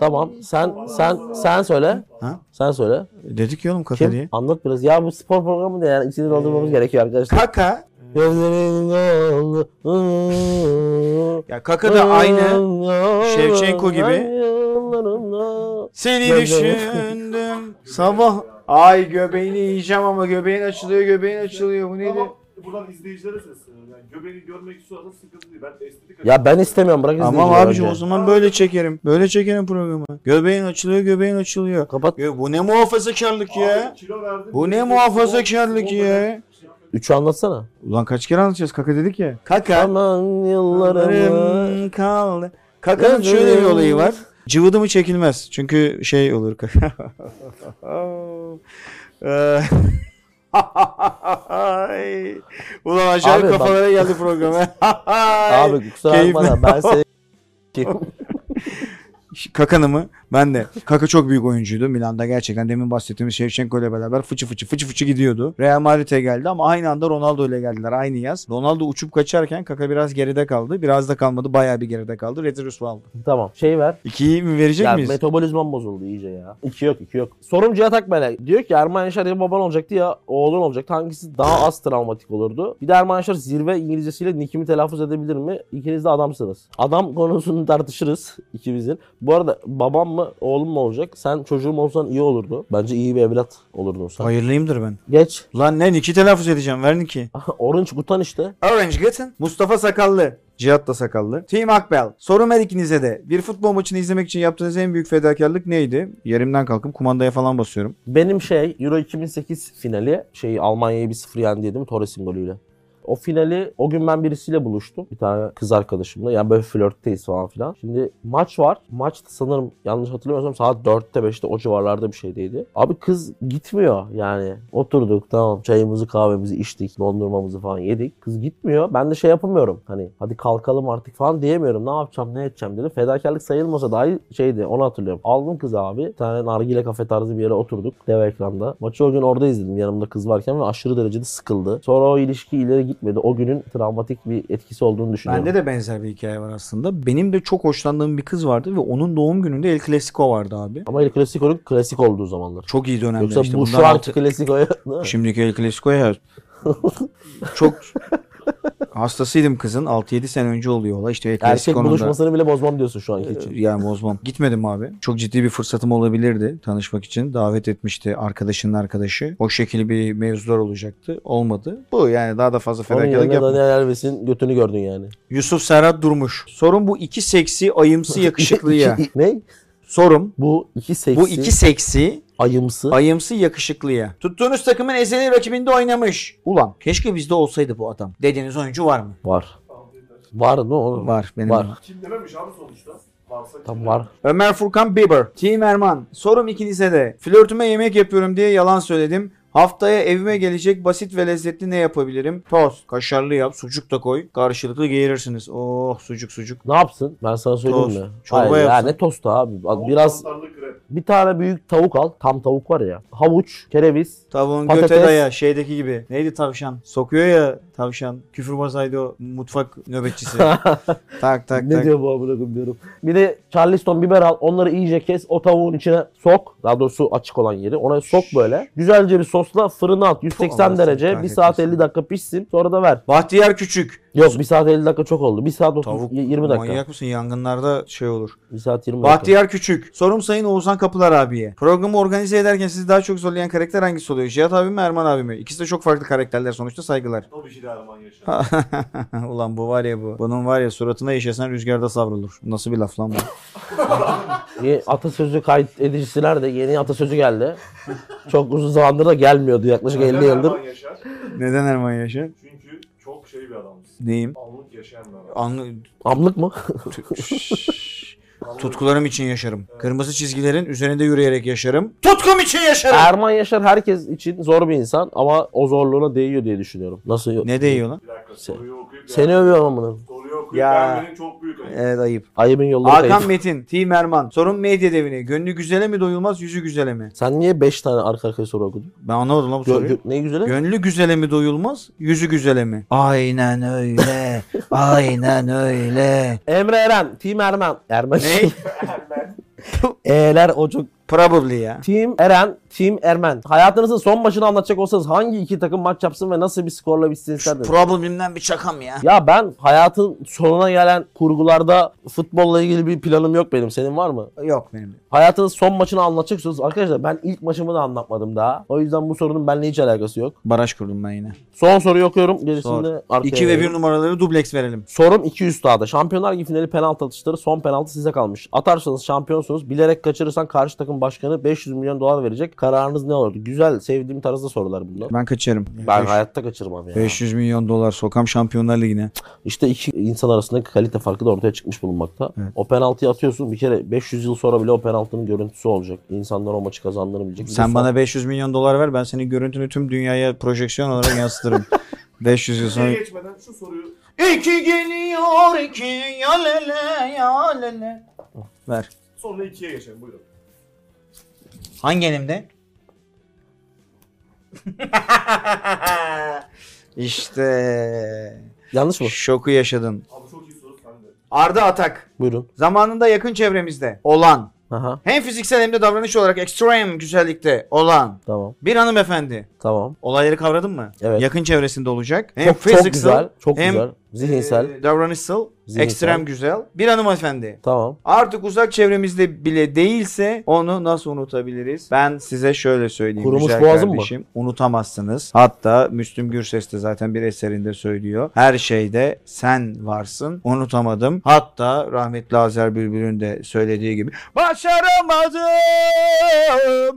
G: Tamam. Sen sen sen söyle.
C: Ha?
G: Sen söyle.
C: Dedik ya oğlum kaka diye.
G: Kim? Anlat biraz. Ya bu spor programı da yani içini doldurmamız gerekiyor arkadaşlar.
C: Kaka.
G: Gözlerin doldu.
C: Ya kaka da aynı. Şevçenko gibi. Seni
G: Gözlerim.
C: düşündüm. Sabah. Ay göbeğini yiyeceğim ama göbeğin açılıyor göbeğin açılıyor. Bu neydi?
D: Ama buradan izleyicilere sesleniyorum. Yani göbeğini görmek istiyorsan sıkıntı değil. Ben estetik
G: Ya ben istemiyorum. Bırak
C: Tamam
G: izleyiciler
C: abici o
G: önce.
C: zaman böyle çekerim. Böyle çekerim programı. Göbeğin açılıyor göbeğin açılıyor.
G: Kapat.
C: Ya bu ne muhafazakarlık ya?
D: Abi, kilo verdim.
C: Bu ne
D: Spor-
C: muhafazakarlık ya?
G: Üçü anlatsana.
C: Ulan kaç kere anlatacağız kaka dedik ya. Kaka.
G: Aman yıllarımı.
C: Yıllarım kaldı. Kakanın şöyle bir olayı var. Cıvıdı mı çekilmez. Çünkü şey olur kaka. Eee. Ay. Ulan acayip
G: Abi bak-
C: kafalara geldi program. ha. Ay.
G: Abi kusura bakma da ben seni...
C: Kakan'ı mı? Ben de. Kaka çok büyük oyuncuydu. Milan'da gerçekten demin bahsettiğimiz Shevchenko ile beraber fıçı fıçı fıçı fıçı gidiyordu. Real Madrid'e geldi ama aynı anda Ronaldo ile geldiler aynı yaz. Ronaldo uçup kaçarken Kaka biraz geride kaldı. Biraz da kalmadı. Bayağı bir geride kaldı. Retirus aldı.
G: Tamam. Şeyi ver.
C: İkiyi mi verecek
G: Ya
C: miyiz?
G: metabolizmam bozuldu iyice ya. İki yok iki yok. Sorum Cihat Akbel'e. Diyor ki Erman Yaşar ya baban olacaktı ya oğlun olacaktı. Hangisi daha az travmatik olurdu? Bir de Erman Yaşar zirve İngilizcesiyle nickimi telaffuz edebilir mi? İkiniz de adamsınız. Adam konusunu tartışırız ikimizin. Bu arada babam mı oğlum mu olacak? Sen çocuğum olsan iyi olurdu. Bence iyi bir evlat olurdun sen.
C: Hayırlıyımdır ben.
G: Geç.
C: Lan ne iki telaffuz edeceğim verin ki.
G: Orange Gutan işte.
C: Orange Gutton. Mustafa Sakallı. Cihat da sakallı. Team Akbel. Sorum her ikinize de. Bir futbol maçını izlemek için yaptığınız en büyük fedakarlık neydi? Yerimden kalkıp kumandaya falan basıyorum.
G: Benim şey Euro 2008 finali şeyi Almanya'yı bir sıfır yendiydim Torres'in golüyle. O finali o gün ben birisiyle buluştum. Bir tane kız arkadaşımla. Yani böyle flörtteyiz falan filan. Şimdi maç var. Maç da sanırım yanlış hatırlamıyorsam saat 4'te 5'te o civarlarda bir şeydeydi. Abi kız gitmiyor yani. Oturduk tamam çayımızı kahvemizi içtik. Dondurmamızı falan yedik. Kız gitmiyor. Ben de şey yapamıyorum. Hani hadi kalkalım artık falan diyemiyorum. Ne yapacağım ne edeceğim dedim. Fedakarlık sayılmasa dahi şeydi onu hatırlıyorum. Aldım kızı abi. Bir tane nargile kafe tarzı bir yere oturduk. Dev ekranda. Maçı o gün orada izledim yanımda kız varken ve aşırı derecede sıkıldı. Sonra o ilişki ileri gitmedi. O günün travmatik bir etkisi olduğunu düşünüyorum.
C: Bende de benzer bir hikaye var aslında. Benim de çok hoşlandığım bir kız vardı ve onun doğum gününde El Clasico vardı abi.
G: Ama El Clasico'nun klasik olduğu zamanlar.
C: Çok iyi dönemler
G: Yoksa
C: işte.
G: bu
C: bundan
G: şu anki
C: altı-
G: Clasico'ya değil mi?
C: Şimdiki El Clasico'ya çok hastasıydım kızın. 6-7 sene önce oluyor ola. İşte El
G: Erkek
C: Clasico'nun da-
G: buluşmasını bile bozmam diyorsun şu anki için.
C: Ee, Yani bozmam. Gitmedim abi. Çok ciddi bir fırsatım olabilirdi tanışmak için. Davet etmişti arkadaşının arkadaşı. O şekilde bir mevzular olacaktı. Olmadı. Bu yani daha da fazla
G: Onun
C: fedakarlık
G: yanında
C: yapma.
G: Daniel Alves'in götünü gördün yani.
C: Yusuf Serhat Durmuş. Sorun bu iki seksi ayımsı yakışıklıya.
G: İki- ne?
C: Sorum
G: Bu iki seksi,
C: bu iki seksi
G: ayımsı.
C: ayımsı yakışıklıya. Tuttuğunuz takımın ezeli rakibinde oynamış. Ulan keşke bizde olsaydı bu adam. Dediğiniz oyuncu var mı?
G: var.
D: Tamam yeter.
G: Var ne oğlum?
C: Var benim.
G: Var.
C: de var.
D: Kim dememiş abi sonuçta. Varsa
G: Tam
D: kim
G: var.
C: Ömer Furkan Bieber. Team Erman. Sorum ikinize de. Flörtüme yemek yapıyorum diye yalan söyledim. Haftaya evime gelecek basit ve lezzetli ne yapabilirim? Tost. Kaşarlı yap. Sucuk da koy. Karşılıklı geğirirsiniz. Oh sucuk sucuk.
G: Ne yapsın? Ben sana söyleyeyim
C: Tost.
G: mi?
C: Çorba
G: Hayır, ya
C: yapsın.
G: ne tostu abi?
D: dememiş?
G: Biraz
D: Tarlı krep.
G: bir tane büyük tavuk al. Tam tavuk var ya. Havuç, kereviz.
C: Tavuğun
G: Patates.
C: göte daya şeydeki gibi. Neydi tavşan? Sokuyor ya tavşan. Küfür basaydı o mutfak nöbetçisi. tak tak
G: ne
C: tak.
G: diyor bu amına koyayım diyorum. Bir de Charleston biber al. Onları iyice kes. O tavuğun içine sok. Daha doğrusu açık olan yeri. Ona sok böyle. Güzelce bir sosla fırına at. 180
C: Allah seni
G: derece. 1 saat
C: kahretmesin.
G: 50 dakika pişsin. Sonra da ver.
C: Bahtiyar Küçük.
G: Yok 1 saat 50 dakika çok oldu. 1 saat 30,
C: Tavuk.
G: 20 dakika.
C: Manyak mısın? Yangınlarda şey olur.
G: 1 saat 20 dakika.
C: Bahtiyar Küçük. Sorum Sayın Oğuzhan Kapılar abiye. Programı organize ederken sizi daha çok zorlayan karakter hangisi oluyor? Cihat abi mi Erman abi mi? İkisi de çok farklı karakterler sonuçta saygılar.
D: O bir şey de Erman Yaşar.
C: Ulan bu var ya bu. Bunun var ya suratına işesen rüzgarda savrulur. Nasıl bir laf lan bu?
G: Yeni atasözü kayıt edicisiler de yeni atasözü geldi. Çok uzun zamandır da gelmiyordu yaklaşık
D: Neden
G: 50 yıldır.
D: Erman Yaşar.
C: Neden Erman Yaşar?
D: Çünkü çok şey bir adamsın.
C: Neyim?
D: Anlık yaşayan bir adam.
C: Anlı...
G: Amlık mı?
D: Anlık-
C: Tutkularım için yaşarım. Kırmızı çizgilerin üzerinde yürüyerek yaşarım. Tutkum için yaşarım.
G: Erman Yaşar herkes için zor bir insan ama o zorluğuna değiyor diye düşünüyorum. Nasıl? yok?
C: Ne değiyor lan?
D: Bir dakika
G: Sen-
D: soruyu okuyup
G: Seni övüyorum amına.
D: Soruyu okuyup
C: Ya.
D: vermenin çok büyük ayıp.
C: Evet ayıp.
G: Ayıbın yolları
C: Hakan
G: kayıp.
C: Metin, Team Erman. Sorun medya devini. Gönlü güzele mi doyulmaz, yüzü güzele mi?
G: Sen niye 5 tane arka arkaya soru okudun?
C: Ben anlamadım lan bu
G: Gö-
C: soruyu.
G: gö- ne güzeli?
C: Gönlü güzele mi doyulmaz, yüzü güzele mi? Aynen öyle. aynen öyle.
G: Emre Eren, Team Ermen. Ermen.
C: Ne?
G: E'ler o çok.
C: Probably ya.
G: Team Eren, Team Ermen. Hayatınızın son maçını anlatacak olsanız hangi iki takım maç yapsın ve nasıl bir skorla bitsin isterdiniz?
C: Probably'mden bir çakam ya.
G: Ya ben hayatın sonuna gelen kurgularda futbolla ilgili bir planım yok benim. Senin var mı?
C: Yok benim.
G: Hayatının son maçını anlatacaksınız. Arkadaşlar ben ilk maçımı da anlatmadım daha. O yüzden bu sorunun benimle hiç alakası yok.
C: Baraj kurdum ben yine.
G: Son soruyu okuyorum. Gerisini
C: Sor.
G: de arkaya
C: 2 ve 1
G: veriyorum.
C: numaraları dubleks verelim.
G: Sorum 2 üstada. Şampiyonlar Ligi finali penaltı atışları son penaltı size kalmış. Atarsanız şampiyonsunuz. Bilerek kaçırırsan karşı takım başkanı 500 milyon dolar verecek. Kararınız ne olurdu? Güzel, sevdiğim tarzda sorular bunlar.
C: Ben kaçarım.
G: Ben
C: Beş-
G: hayatta kaçırmam ya.
C: 500 milyon dolar sokam Şampiyonlar Ligi'ne.
G: İşte iki insan arasındaki kalite farkı da ortaya çıkmış bulunmakta. O penaltıyı atıyorsun bir kere 500 yıl sonra bile o penaltının görüntüsü olacak. İnsanlar o maçı kazandığını bilecek. Bir de
C: Sen
G: son-
C: bana 500 milyon dolar ver ben senin görüntünü tüm dünyaya projeksiyon olarak yansıtırım. 500 yıl sonra.
D: Şeye geçmeden şu soruyu
C: İki geliyor iki yalele yalele. Ver.
D: Sonra ikiye geçelim buyurun.
C: Hangi elimde? işte
G: Yanlış mı?
C: şoku yaşadın.
D: Abi çok iyi soru sende.
A: Arda Atak
G: Buyurun.
A: zamanında yakın çevremizde olan
G: Aha.
A: hem fiziksel hem de davranış olarak ekstrem güzellikte olan
G: Tamam.
A: bir hanımefendi.
G: Tamam.
A: Olayları kavradın mı?
G: Evet.
A: Yakın çevresinde olacak. Hem
G: çok, çok güzel. Çok
A: hem,
G: güzel. Zihinsel.
A: e, davranışsal,
G: Zihinsel.
A: ekstrem güzel bir hanımefendi.
G: tamam.
A: Artık uzak çevremizde bile değilse onu nasıl unutabiliriz? Ben size şöyle söyleyeyim
G: Kurumuş
A: güzel
G: boğazın mı?
A: kardeşim. Unutamazsınız. Hatta Müslüm Gürses de zaten bir eserinde söylüyor. Her şeyde sen varsın. Unutamadım. Hatta rahmetli Azer Bülbül'ün de söylediği gibi başaramadım.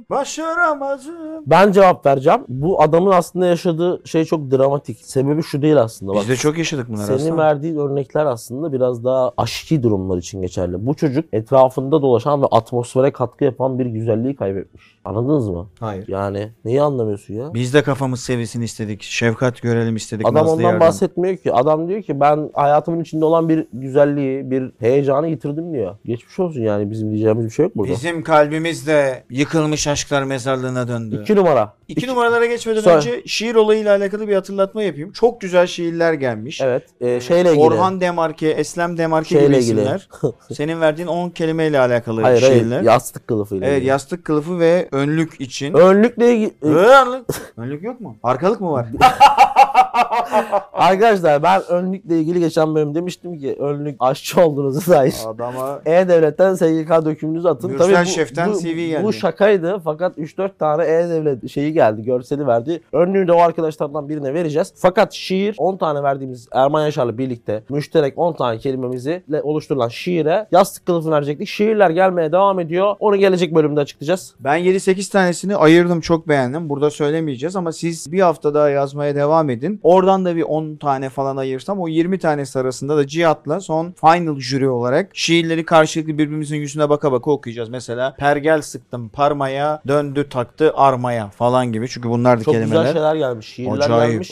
A: Başaramadım.
G: Ben cevap vereceğim. Bu adamın aslında yaşadığı şey çok dramatik. Sebebi şu değil aslında. Bak,
A: Biz de çok yaşadık bunları
G: Senin
A: aslında.
G: verdiğin örnekler aslında biraz daha aşki durumlar için geçerli. Bu çocuk etrafında dolaşan ve atmosfere katkı yapan bir güzelliği kaybetmiş. Anladınız mı?
A: Hayır.
G: Yani neyi anlamıyorsun ya?
C: Biz de kafamız sevilsin istedik. Şefkat görelim istedik.
G: Adam
C: Nazlı
G: ondan
C: Yerden.
G: bahsetmiyor ki. Adam diyor ki ben hayatımın içinde olan bir güzelliği, bir heyecanı yitirdim diyor. Geçmiş olsun yani bizim diyeceğimiz bir şey yok burada.
C: Bizim kalbimiz de yıkılmış aşklar mezarlığına döndü.
G: İki numara.
A: İki, numaralara geçmeden
G: Söyle.
A: önce şiir olayıyla alakalı bir hatırlatma yapayım. Çok güzel şiirler gelmiş.
G: Evet. e, şeyle ilgili.
A: Orhan Demarke, Eslem Demarke gibi
G: şeyle ilgili.
A: isimler. Senin verdiğin 10 kelimeyle alakalı
G: hayır hayır.
A: şiirler.
G: Yastık kılıfıyla.
A: evet,
G: ilgili.
A: yastık kılıfı ve önlük için.
G: Önlükle ilgili. e,
A: Önlük. önlük yok mu? Arkalık mı var?
G: Arkadaşlar ben önlükle ilgili geçen bölüm demiştim ki önlük aşçı olduğunuzu dair.
A: Adama
G: E-Devlet'ten SGK dökümünüzü atın.
A: Gürsel
G: Tabii bu,
A: Şef'ten
G: bu,
A: CV geldi.
G: Bu şakaydı fakat 3-4 tane E-Devlet şeyi geldi, görseli verdi. Önlüğü de o arkadaşlardan birine vereceğiz. Fakat şiir 10 tane verdiğimiz Erman Yaşar'la birlikte müşterek 10 tane kelimemizle oluşturulan şiire yastık kılıfını verecektik. Şiirler gelmeye devam ediyor. Onu gelecek bölümde açıklayacağız.
A: ben 7-8 tanesini ayırdım çok beğendim. Burada söylemeyeceğiz ama siz bir hafta daha yazmaya devam edin. Oradan da bir 10 tane falan ayırsam o 20 tanesi arasında da Cihat'la son final jüri olarak şiirleri karşılıklı birbirimizin yüzüne baka baka okuyacağız. Mesela pergel sıktım parmaya döndü taktı armaya falan gibi. Çünkü bunlar da
G: Çok
A: kelimeler.
G: güzel şeyler gelmiş. Şiirler gelmiş.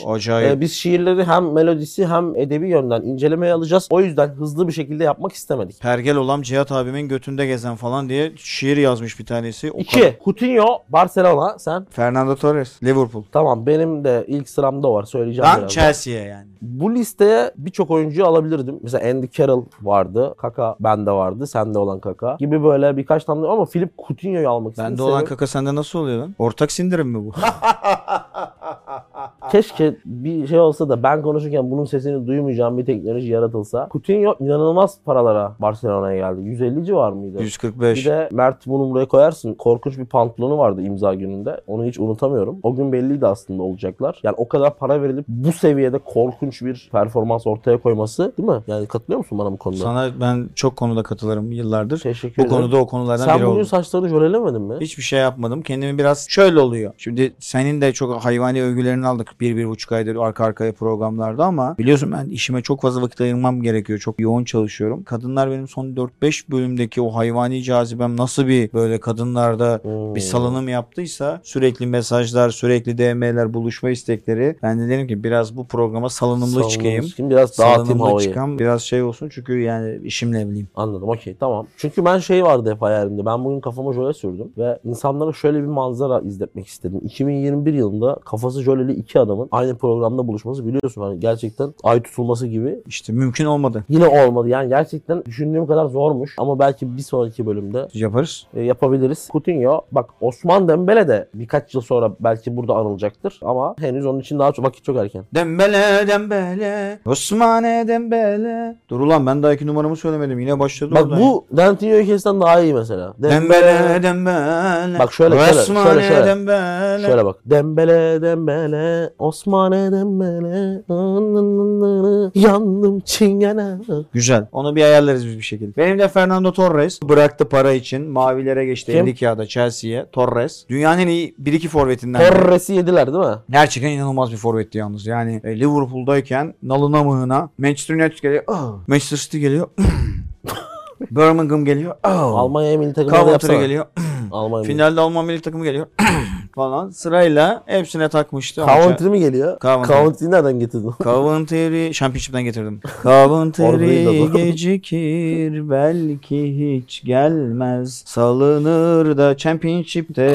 A: Acayip, acayip.
G: Ee, biz şiirleri hem melodisi hem edebi yönden incelemeye alacağız. O yüzden hızlı bir şekilde yapmak istemedik.
C: Pergel olam Cihat abimin götünde gezen falan diye şiir yazmış bir tanesi. O kadar-
G: 2. Coutinho, Barcelona. Sen
A: Fernando Torres, Liverpool.
G: tamam benim de ilk sıramda var söyleyeceğim.
C: Dan
G: birazdan.
C: Chelsea'ye yani.
G: Bu listeye birçok oyuncuyu alabilirdim. Mesela Andy Carroll vardı. Kaka bende vardı. Sende olan Kaka. Gibi böyle birkaç tane ama Philip Coutinho'yu almak istedim.
C: Bende olan
G: Sebep-
C: kaka sende nasıl oluyor lan? Ortak sindirim mi bu?
G: Keşke bir şey olsa da ben konuşurken bunun sesini duymayacağım bir teknoloji yaratılsa. Coutinho inanılmaz paralara Barcelona'ya geldi. 150 civar mıydı?
C: 145.
G: Bir de Mert bunu buraya koyarsın. Korkunç bir pantolonu vardı imza gününde. Onu hiç unutamıyorum. O gün belliydi aslında olacaklar. Yani o kadar para verilip bu seviyede korkunç bir performans ortaya koyması değil mi? Yani katılıyor musun bana bu konuda?
C: Sana ben çok konuda katılırım yıllardır.
G: Teşekkür
C: Bu
G: ederim.
C: konuda o konulardan
G: Sen
C: biri
G: bugün
C: oldum.
G: saçlarını jölelemedin mi?
C: Hiçbir şey yapmadım. Kendimi biraz şöyle oluyor. Şimdi senin de çok hayvani övgülerini aldık bir, bir buçuk aydır arka arkaya programlarda ama biliyorsun ben işime çok fazla vakit ayırmam gerekiyor. Çok yoğun çalışıyorum. Kadınlar benim son 4-5 bölümdeki o hayvani cazibem nasıl bir böyle kadınlarda
G: Hmm.
C: bir salınım yaptıysa sürekli mesajlar, sürekli DM'ler, buluşma istekleri. Ben de dedim ki biraz bu programa salınımlı
G: Hmm, Salınımlı
C: çıkayım.
G: çıkayım, Biraz dağıtayım
C: Salınımlı
G: havayı.
C: çıkam biraz şey olsun çünkü yani işimle evliyim.
G: Anladım okey tamam. Çünkü ben şey vardı hep hayalimde. Ben bugün kafama jöle sürdüm ve insanlara şöyle bir manzara izletmek istedim. 2021 yılında kafası jöleli iki adamın aynı programda buluşması biliyorsun hani gerçekten ay tutulması gibi
C: İşte mümkün olmadı.
G: Yine olmadı. Yani gerçekten düşündüğüm kadar zormuş. Ama belki bir sonraki bölümde
C: Yaparız.
G: e, yapabiliriz. Coutinho, bak Osman Dembele de birkaç yıl sonra belki burada anılacaktır. Ama henüz onun için daha çok vakit çok erken.
C: Dembele dembele Osmane dembele Dur ulan ben daha iki numaramı söylemedim yine başladı
G: Bak
C: oradan
G: bu Dantinho kesten daha iyi mesela.
C: ya. Dembele dembele
G: Bak şöyle, şöyle,
C: Osmane
G: şöyle, şöyle.
C: dembele
G: Şöyle bak. Dembele dembele Osmane dembele Yandım çingene.
C: Güzel onu bir ayarlarız biz bir şekilde Benim de Fernando Torres bıraktı para için mavilere geçti
G: Kim?
C: 50 kağıda Chelsea'ye Torres Dünyanın en iyi 1-2 forvetinden biri.
G: Torres'i yediler değil mi?
C: Gerçekten inanılmaz bir forvetti yalnız. Yani e, Liverpool'dayken nalına mığına Manchester United geliyor. "Ah." Manchester City geliyor. Birmingham geliyor. "Ah."
G: Almanya milli takımı da
C: Coventry
G: yapsana.
C: geliyor. Ah.
G: Almanya milli-
C: Finalde Alman milli takımı geliyor. Ah. falan sırayla hepsine takmıştı. Hoca-
G: Coventry mi geliyor?
C: Coventry.
G: Coventry'yi nereden getirdin?
C: Coventry Championship'ten getirdim. Coventry
G: Oradayız adam.
C: gecikir belki hiç gelmez. Salınır da Championship'te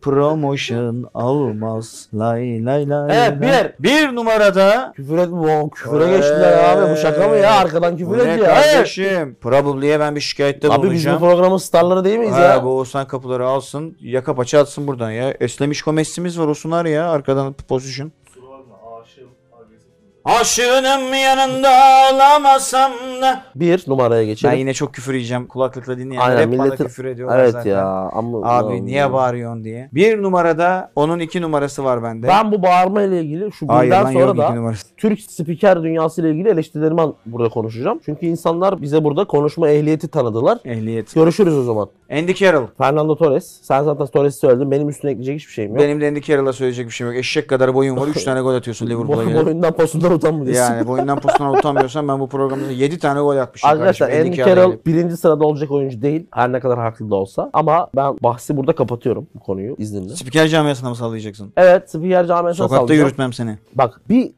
C: promotion almaz. Lay lay lay.
G: Evet,
C: lay.
G: bir.
C: Bir numarada
G: Küfür etme. bu- Küfüre geçtiler abi. Bu şaka mı ya? Arkadan
C: bu
G: küfür
C: ne
G: ediyor. Hayır.
C: kardeşim? Probably'ye ben bir şikayette
G: Abi biz bu
C: bulunacağım.
G: programın starları değil miyiz
C: Ha,
G: ya?
C: bu Oğuzhan kapıları alsın. Yaka paça atsın buradan ya. Eslemiş komesimiz var Osunar ya. Arkadan pozisyon.
D: Suratla aşığım, agresif.
C: Aşığınım yanında olamasam da.
G: Bir numaraya
C: Ben
G: geçelim.
C: yine çok küfür yiyeceğim. Kulaklıkla dinleyenler
G: Aynen,
C: hep bana
G: milletin-
C: küfür ediyorlar
G: Evet
C: zaten.
G: ya. Ama,
C: Abi niye bağırıyorsun diye. Bir numarada onun iki numarası var bende.
G: Ben bu bağırma ile ilgili şu
C: Hayır
G: günden
C: lan
G: sonra
C: yok
G: da
C: iki numarası.
G: Türk spiker dünyası ile ilgili eleştirilerimi an- burada konuşacağım. Çünkü insanlar bize burada konuşma ehliyeti tanıdılar.
C: Ehliyet.
G: Görüşürüz o zaman.
C: Andy Carroll.
G: Fernando Torres. Sen zaten Torres'i söyledin. Benim üstüne ekleyecek hiçbir şeyim yok.
C: Benim de Andy Carroll'a söyleyecek bir şey yok. Eşek kadar boyun var. Üç tane gol atıyorsun Liverpool'a
G: Bo-
C: göre.
G: boyundan posundan utan mı diyorsun?
C: Yani boyundan posundan utanmıyorsan ben bu programda yedi tane gol atmışım
G: Arkadaşlar
C: kardeşim.
G: Andy Carroll birinci sırada olacak oyuncu değil. Her ne kadar haklı da olsa. Ama ben bahsi burada kapatıyorum bu konuyu izninizle.
C: Spiker camiasına mı sallayacaksın?
G: Evet spiker camiasına
C: Sokakta
G: sallayacağım.
C: yürütmem seni.
G: Bak bir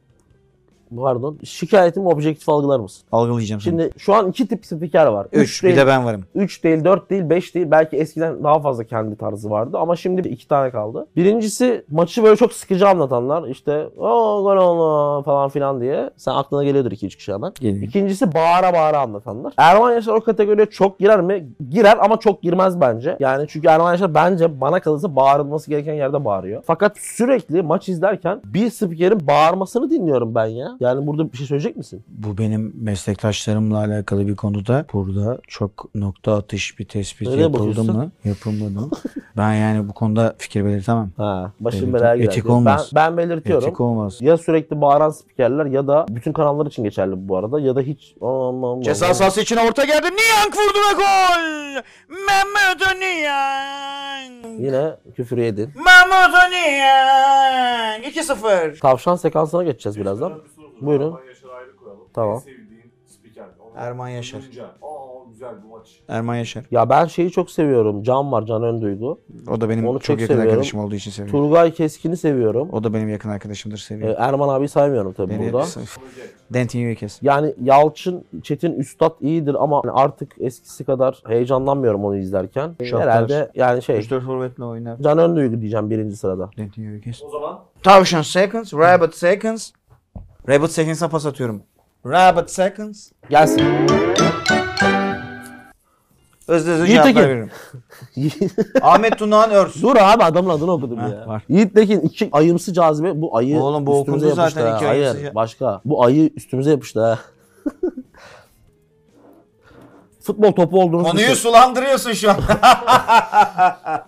G: pardon şikayetimi objektif algılar mısın?
C: Algılayacağım seni.
G: Şimdi şu an iki tip spiker var.
C: Üç, bir
G: değil,
C: de ben varım.
G: 3 değil, 4 değil, 5 değil. Belki eskiden daha fazla kendi tarzı vardı ama şimdi iki tane kaldı. Birincisi maçı böyle çok sıkıcı anlatanlar. İşte o gol oldu" falan filan diye. Sen aklına geliyordur 2-3 kişi hemen.
C: Geliyor.
G: İkincisi bağıra bağıra anlatanlar. Erman Yaşar o kategoriye çok girer mi? Girer ama çok girmez bence. Yani çünkü Erman Yaşar bence bana kalırsa bağırılması gereken yerde bağırıyor. Fakat sürekli maç izlerken bir spikerin bağırmasını dinliyorum ben ya. Yani burada bir şey söyleyecek misin?
C: Bu benim meslektaşlarımla alakalı bir konuda burada çok nokta atış bir tespit
G: Nereye
C: yapıldı
G: bakıyorsun?
C: mı? Yapılmadı mı? ben yani bu konuda fikir belirtemem.
G: Ha, başım
C: Belirtim-
G: belaya girer.
C: etik
G: diyor.
C: olmaz.
G: Ben, ben belirtiyorum.
C: Etik olmaz.
G: Ya sürekli bağıran spikerler ya da bütün kanallar için geçerli bu bu arada ya da hiç aman aman
C: Ceza
G: aman.
C: sahası için orta geldi. Niyank vurdu ve gol! Mehmet Niyank!
G: Yine küfür yedin.
C: Mehmet Niyank! 2-0.
G: Tavşan sekansına geçeceğiz birazdan.
D: Geçmeden bir soru sorayım.
G: Buyurun.
D: Erman Yaşar'ı ayrı koyalım.
G: Tamam.
D: En sevdiğin spiker. Onu
C: Erman Yaşar.
D: duyunca, Aa güzel bu maç.
C: Erman Yaşar.
G: Ya ben şeyi çok seviyorum. Can var Can Önduygu.
C: O da benim
G: Onu
C: çok,
G: çok
C: yakın
G: seviyorum.
C: arkadaşım olduğu için seviyorum.
G: Turgay Keskin'i seviyorum.
C: O da benim yakın arkadaşımdır
G: Ee,
C: seviyorum.
G: Erman abi saymıyorum tabii
C: Beni
G: burada.
D: Onu geç.
C: Dentin Yürekes.
G: Yani Yalçın, Çetin Üstad iyidir ama hani artık eskisi kadar heyecanlanmıyorum onu izlerken. Ee,
C: Şartlar.
G: Herhalde yani şey
C: 3-4 forvetle oynar.
G: Can Önduygu diyeceğim birinci sırada.
C: Dentin Yürekes.
D: O zaman
C: Tavşan seconds, rabbit seconds. Rabbit seconds'a pas atıyorum. Rabbit seconds.
G: Gelsin.
C: Hızlı hızlı
G: Yiğit
C: cevaplar
G: Tekin.
C: veririm. Ahmet Tunağan Örs.
G: Dur abi adamın adını okudum
C: Ha,
G: ya.
C: var.
G: Yiğit Tekin iki ayımsı cazibe bu ayı
C: Oğlum bu
G: üstümüze
C: okundu
G: yapıştı
C: zaten,
G: ha.
C: iki
G: Hayır
C: ayımsı ca-
G: başka. Bu ayı üstümüze yapıştı ha. Futbol topu olduğunu
C: Konuyu
G: düşün.
C: sulandırıyorsun şu an.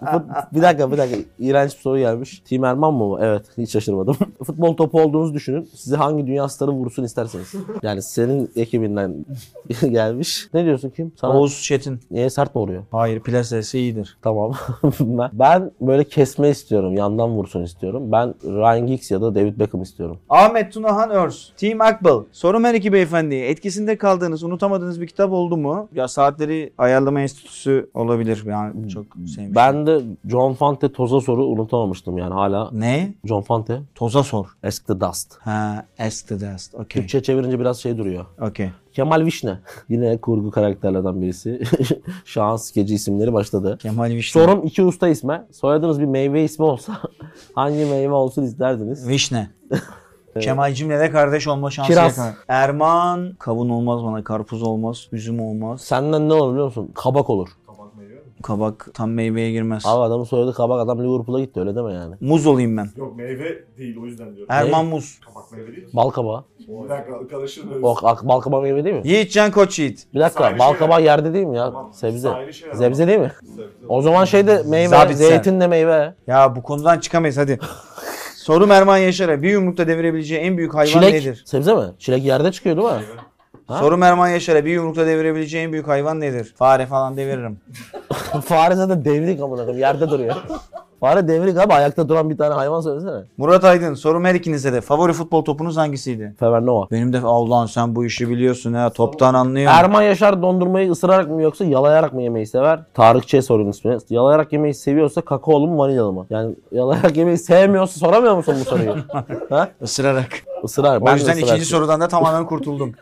G: Fut- bir dakika bir dakika. İğrenç bir soru gelmiş. Tim Erman mı bu? Evet hiç şaşırmadım. Futbol topu olduğunuzu düşünün. Sizi hangi dünya starı vursun isterseniz. Yani senin ekibinden gelmiş. Ne diyorsun kim? Sana
C: Oğuz Çetin.
G: niye sert mi vuruyor?
C: Hayır plasesi iyidir.
G: Tamam. Ben- ben böyle kesme istiyorum. Yandan vursun istiyorum. Ben Ryan Giggs ya da David Beckham istiyorum.
C: Ahmet Tunahan Örs. Team Akbal. Sorum her iki beyefendiye. Etkisinde kaldığınız, unutamadığınız bir kitap oldu mu? Ya saatleri ayarlama enstitüsü olabilir. Yani çok sevmiştim.
G: Ben de John Fante toza soru unutamamıştım yani hala.
C: Ne?
G: John Fante,
C: Toza sor.
G: Ask the Dust.
C: Ha, ask the dust. Okey.
G: Türkçe çevirince biraz şey duruyor.
C: Okey.
G: Kemal Vişne. Yine kurgu karakterlerden birisi. Şans skeci isimleri başladı.
C: Kemal Vişne.
G: Sorum iki usta isme. Soyadınız bir meyve ismi olsa hangi meyve olsun isterdiniz?
C: Vişne. Kemal Cimle'de kardeş olma şansı
G: Kiraz.
C: yakaladı. Erman. Kavun olmaz bana, karpuz olmaz, üzüm olmaz.
G: Senden ne olur biliyor musun? Kabak olur.
D: kabak meyve mi?
C: Kabak tam meyveye girmez.
G: Abi adamın soyadı kabak adam Liverpool'a gitti öyle deme yani.
C: Muz olayım ben.
D: Yok meyve değil o yüzden
G: Er-
D: diyorum.
C: Erman Muz.
D: Kabak meyve değil ki.
G: Bal kabağı.
D: Bir dakika karıştırmıyoruz.
G: O ak- bal kabağı meyve değil mi?
C: Yiğitcan Koç Yiğit.
G: Bir dakika
D: Sayrı
G: bal
D: şeyler.
G: kabağı yerde değil mi ya?
D: Tamam,
G: Sebze.
D: sayrı şeyler
G: Sebze
D: ama.
G: değil mi?
D: Sebze.
G: O zaman şey de meyve,
C: Zabitsel.
G: zeytin de meyve.
C: Ya bu konudan çıkamayız hadi. Sorum Erman Yaşar'a bir yumrukta devirebileceği en büyük hayvan
G: Çilek.
C: nedir?
G: Sebze mi? Çilek yerde çıkıyor değil mi? Ha?
C: Sorum Erman Yaşar'a bir yumrukta devirebileceği en büyük hayvan nedir? Fare falan deviririm.
G: Fare zaten devrik amına koyayım. Yerde duruyor. Fare devrik abi ayakta duran bir tane hayvan söylesene.
C: Murat Aydın sorum her ikinize de. Favori futbol topunuz hangisiydi?
G: Fevernova.
C: Benim de Allah'ım sen bu işi biliyorsun ha. Toptan anlıyorsun.
G: Erman Yaşar dondurmayı ısırarak mı yoksa yalayarak mı yemeyi sever? Tarıkçı'ya sorayım ismini. Yalayarak yemeyi seviyorsa kakaolu mu vanilyalı mı? Yani yalayarak yemeyi sevmiyorsa soramıyor musun bu soruyu? ha?
C: Isırarak.
G: Isırar.
C: O
G: ben de
C: yüzden
G: ısırarak.
C: ikinci sorudan da tamamen kurtuldum.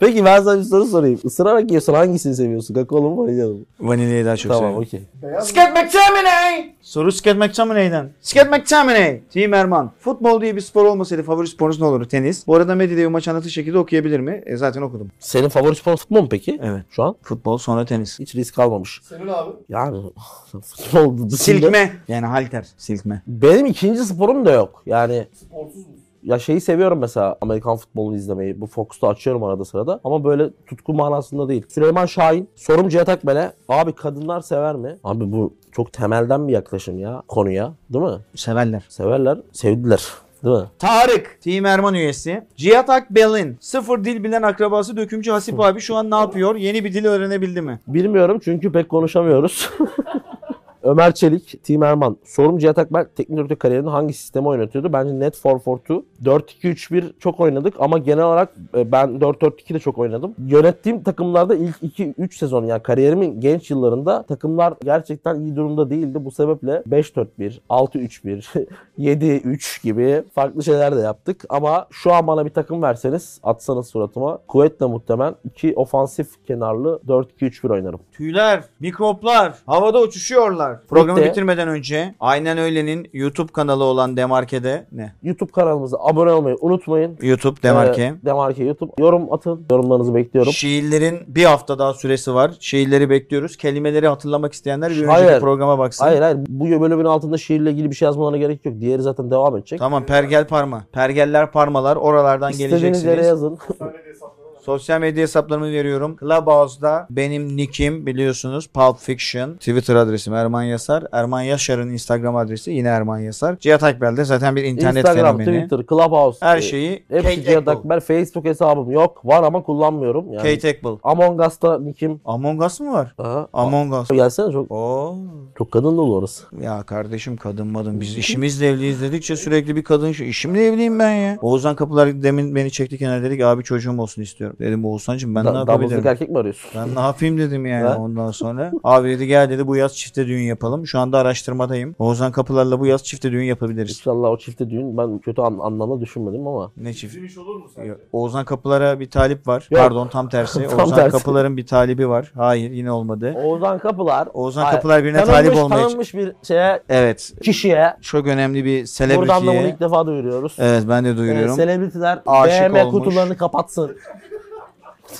G: Peki ben sana bir soru sorayım. Isırarak yiyorsan hangisini seviyorsun? Kakaolu mu vanilyalı mı?
C: Vanilyayı daha çok
G: tamam
C: seviyorum.
G: okey.
D: Beyaz
C: Sket McTominay! Soru Sket McTominay'den. Sket McTominay! Team Erman. Futbol diye bir spor olmasaydı favori sporunuz ne olur? Tenis. Bu arada medyada maç anlatı şekilde okuyabilir mi? E zaten okudum.
G: Senin favori spor futbol mu peki?
C: Evet.
G: Şu an
C: Futbol sonra tenis.
G: hiç risk almamış.
D: senin abi.
G: Yani futbol dışında-
C: Silkme. Yani halter. Silkme.
G: Benim ikinci sporum da yok. Yani
D: Sportsuz musun?
G: ya şeyi seviyorum mesela Amerikan futbolunu izlemeyi. Bu Fox'ta açıyorum arada sırada. Ama böyle tutku manasında değil. Süleyman Şahin, sorum Cihat Akbel'e. Abi kadınlar sever mi? Abi bu çok temelden bir yaklaşım ya konuya. Değil mi?
C: Severler.
G: Severler, sevdiler. Değil mi?
C: Tarık. Team Erman üyesi. Cihat Akbel'in sıfır dil bilen akrabası dökümcü Hasip abi şu an ne yapıyor? Yeni bir dil öğrenebildi mi?
G: Bilmiyorum çünkü pek konuşamıyoruz. Ömer Çelik, Tim Erman. Sorum Cihat Akbel teknik direktör kariyerinde hangi sistemi oynatıyordu? Bence net 4-4-2. 4-2-3-1 çok oynadık ama genel olarak e, ben 4-4-2 de çok oynadım. Yönettiğim takımlarda ilk 2-3 sezon yani kariyerimin genç yıllarında takımlar gerçekten iyi durumda değildi. Bu sebeple 5-4-1, 6-3-1, 7-3 gibi farklı şeyler de yaptık. Ama şu an bana bir takım verseniz atsanız suratıma kuvvetle muhtemelen 2 ofansif kenarlı 4-2-3-1 oynarım.
C: Tüyler, mikroplar havada uçuşuyorlar. Programı
G: Bitti.
C: bitirmeden önce Aynen Öyle'nin YouTube kanalı olan Demarke'de ne?
G: YouTube kanalımıza abone olmayı unutmayın.
C: YouTube Demarke.
G: Ee, Demarke YouTube. Yorum atın. Yorumlarınızı bekliyorum.
C: Şiirlerin bir hafta daha süresi var. Şiirleri bekliyoruz. Kelimeleri hatırlamak isteyenler bir
G: Hayır.
C: önceki programa baksın.
G: Hayır hayır bu bölümün altında şiirle ilgili bir şey yazmalarına gerek yok. Diğeri zaten devam edecek.
C: Tamam pergel parma. Pergeller parmalar oralardan
G: İstediğiniz
C: geleceksiniz.
G: yere yazın.
D: Hastanede hesaplanamaz.
C: Sosyal medya hesaplarımı veriyorum. Clubhouse'da benim nickim biliyorsunuz Pulp Fiction. Twitter adresim Erman Yasar. Erman Yaşar'ın Instagram adresi yine Erman Yasar. Cihat Akbel de zaten bir internet
G: Instagram,
C: fenomeni.
G: Twitter, Clubhouse.
C: Her şey.
G: e,
C: şeyi
G: Hepsi
C: Kate
G: Cihat
C: Ekbal.
G: Akber. Facebook hesabım yok. Var ama kullanmıyorum. Yani.
C: Kate Ekbal.
G: Among Us'ta nickim.
C: Among Us mı var?
G: Aha.
C: Among Us.
G: Gelsene çok,
C: Oo.
G: çok kadın dolu orası.
C: Ya kardeşim kadın madın. Biz işimizle evliyiz dedikçe sürekli bir kadın işi. İşimle evliyim ben ya. Oğuzhan Kapılar demin beni çekti kenara dedi ki abi çocuğum olsun istiyorum. Dedim Oğuzhan'cığım ben ne
G: Da,
C: yapabilirim?
G: Double'lık erkek mi arıyorsun?
C: Ben ne yapayım dedim yani
G: Ha?
C: ondan sonra. Abi dedi gel dedi bu yaz çifte düğün yapalım. Şu anda araştırmadayım. Oğuzhan Kapılar'la bu yaz çifte düğün yapabiliriz.
G: İnşallah o çifte düğün ben kötü an, anlamda düşünmedim ama.
C: Ne çift?
D: Bizim iş olur mu sence?
C: Yok. Oğuzhan Kapılar'a bir talip var.
G: Yok.
C: Pardon tam tersi.
G: Tam
C: Oğuzhan
G: tersi.
C: Kapılar'ın bir talibi var. Hayır yine olmadı.
G: Oğuzhan Kapılar.
C: Oğuzhan
G: Hayır,
C: Kapılar birine
G: tanınmış,
C: talip olmaya
G: Tanınmış bir şeye,
C: Evet.
G: kişiye.
C: Çok önemli bir
G: Buradan da bunu
C: selebritiye.
G: ilk defa duyuruyoruz.
C: Evet ben de
G: Ee,
C: duyuruyorum.
G: selebritiler
C: Aşık
G: BM
C: olmuş.
G: kutularını kapatsın.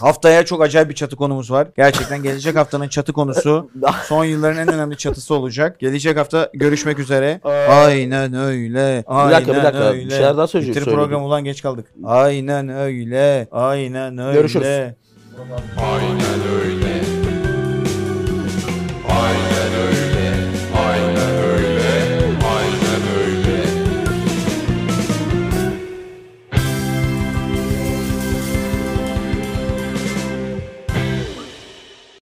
C: Haftaya çok acayip bir çatı konumuz var. Gerçekten gelecek haftanın çatı konusu son yılların en önemli çatısı olacak. Gelecek hafta görüşmek üzere. Aynen öyle. Aynen
G: dakika, Ee, bir dakika.
C: Öyle.
G: Bir şeyler daha söyleyecek-
C: Bitir
G: söyleyeyim.
C: program ulan geç kaldık. Aynen öyle. Aynen öyle.
G: Görüşürüz.
I: Aynen öyle.